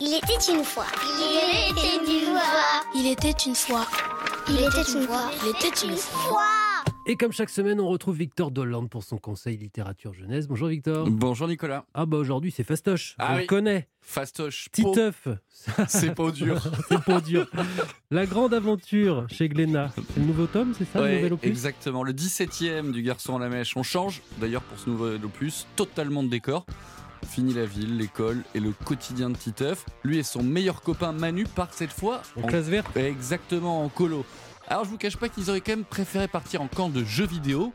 Il était une fois. Il était une fois. Il était une fois. Il était une fois. Il était une fois. Et comme chaque semaine, on retrouve Victor Dolande pour son conseil littérature jeunesse. Bonjour Victor. Bonjour Nicolas. Ah bah aujourd'hui c'est Fastoche, Mm. Ah on oui. le connaît. Fastoche, peau, Titeuf, c'est pas dur. c'est pour dire. La grande aventure chez Glénat. C'est le nouveau tome, c'est ça le Ouais, nouvel opus exactement, le 17ème du Garçon à la Mèche. On change, d'ailleurs, pour ce nouvel opus, totalement de décor. Fini la ville, l'école et le quotidien de Titeuf. Lui et son meilleur copain Manu partent cette fois En en- classe verte exactement en colo. Alors je vous cache pas qu'ils auraient quand même préféré partir en camp de jeux vidéo,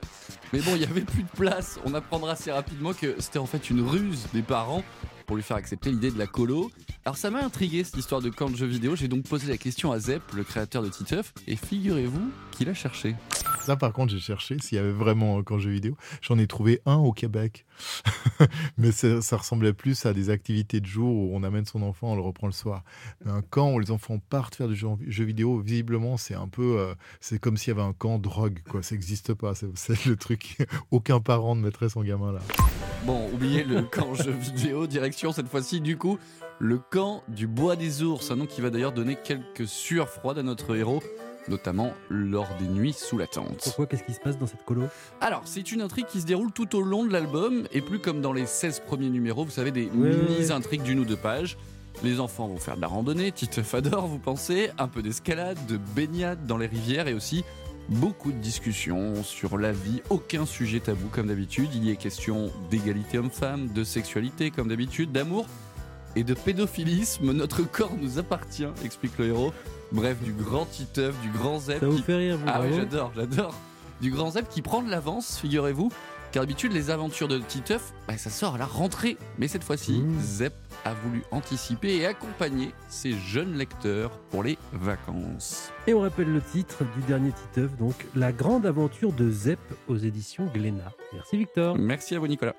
mais bon, il y avait plus de place. On apprendra assez rapidement que c'était en fait une ruse des parents pour lui faire accepter l'idée de la colo. Alors ça m'a intrigué cette histoire de camp de jeux vidéo. J'ai donc posé la question à Zep, le créateur de Titeuf, et figurez-vous qu'il a cherché. Là, par contre, j'ai cherché s'il y avait vraiment un camp jeu vidéo. J'en ai trouvé un au Québec. Mais ça, ça ressemblait plus à des activités de jour où on amène son enfant, on le reprend le soir. Mais un camp où les enfants partent faire du jeu, jeu vidéo, visiblement, c'est un peu. euh, c'est comme s'il y avait un camp drogue, quoi. Ça n'existe pas. C'est- C'est le truc. Aucun parent ne mettrait son gamin là. Bon, oubliez le camp jeu vidéo, direction cette fois-ci du coup le camp du bois des ours, un nom qui va d'ailleurs donner quelques sueurs froides à notre héros, notamment lors des nuits sous la tente. Pourquoi Qu'est-ce qui se passe dans cette colo Alors, c'est une intrigue qui se déroule tout au long de l'album, et plus comme dans les 16 premiers numéros, vous savez, des Ouais, ouais, ouais. mini-intrigues d'une ou deux pages. Les enfants vont faire de la randonnée, Tite Fador, vous pensez, un peu d'escalade, de baignade dans les rivières, et aussi beaucoup de discussions sur la vie, aucun sujet tabou comme d'habitude. Il y est question d'égalité homme-femme, de sexualité comme d'habitude, d'amour et de pédophilisme. Notre corps nous appartient, explique le héros. Bref, du grand Titeuf, du grand Zep Ça vous qui fait rire, vous ah oui, bravo. j'adore, j'adore. Du grand Zeb qui prend de l'avance, figurez-vous. Car d'habitude, les aventures de Titeuf, bah, ça sort à la rentrée. Mais cette fois-ci, Mmh. Zep a voulu anticiper et accompagner ses jeunes lecteurs pour les vacances. Et on rappelle le titre du dernier Titeuf, donc La grande aventure de Zep aux éditions Glénat. Merci Victor. Merci à vous, Nicolas.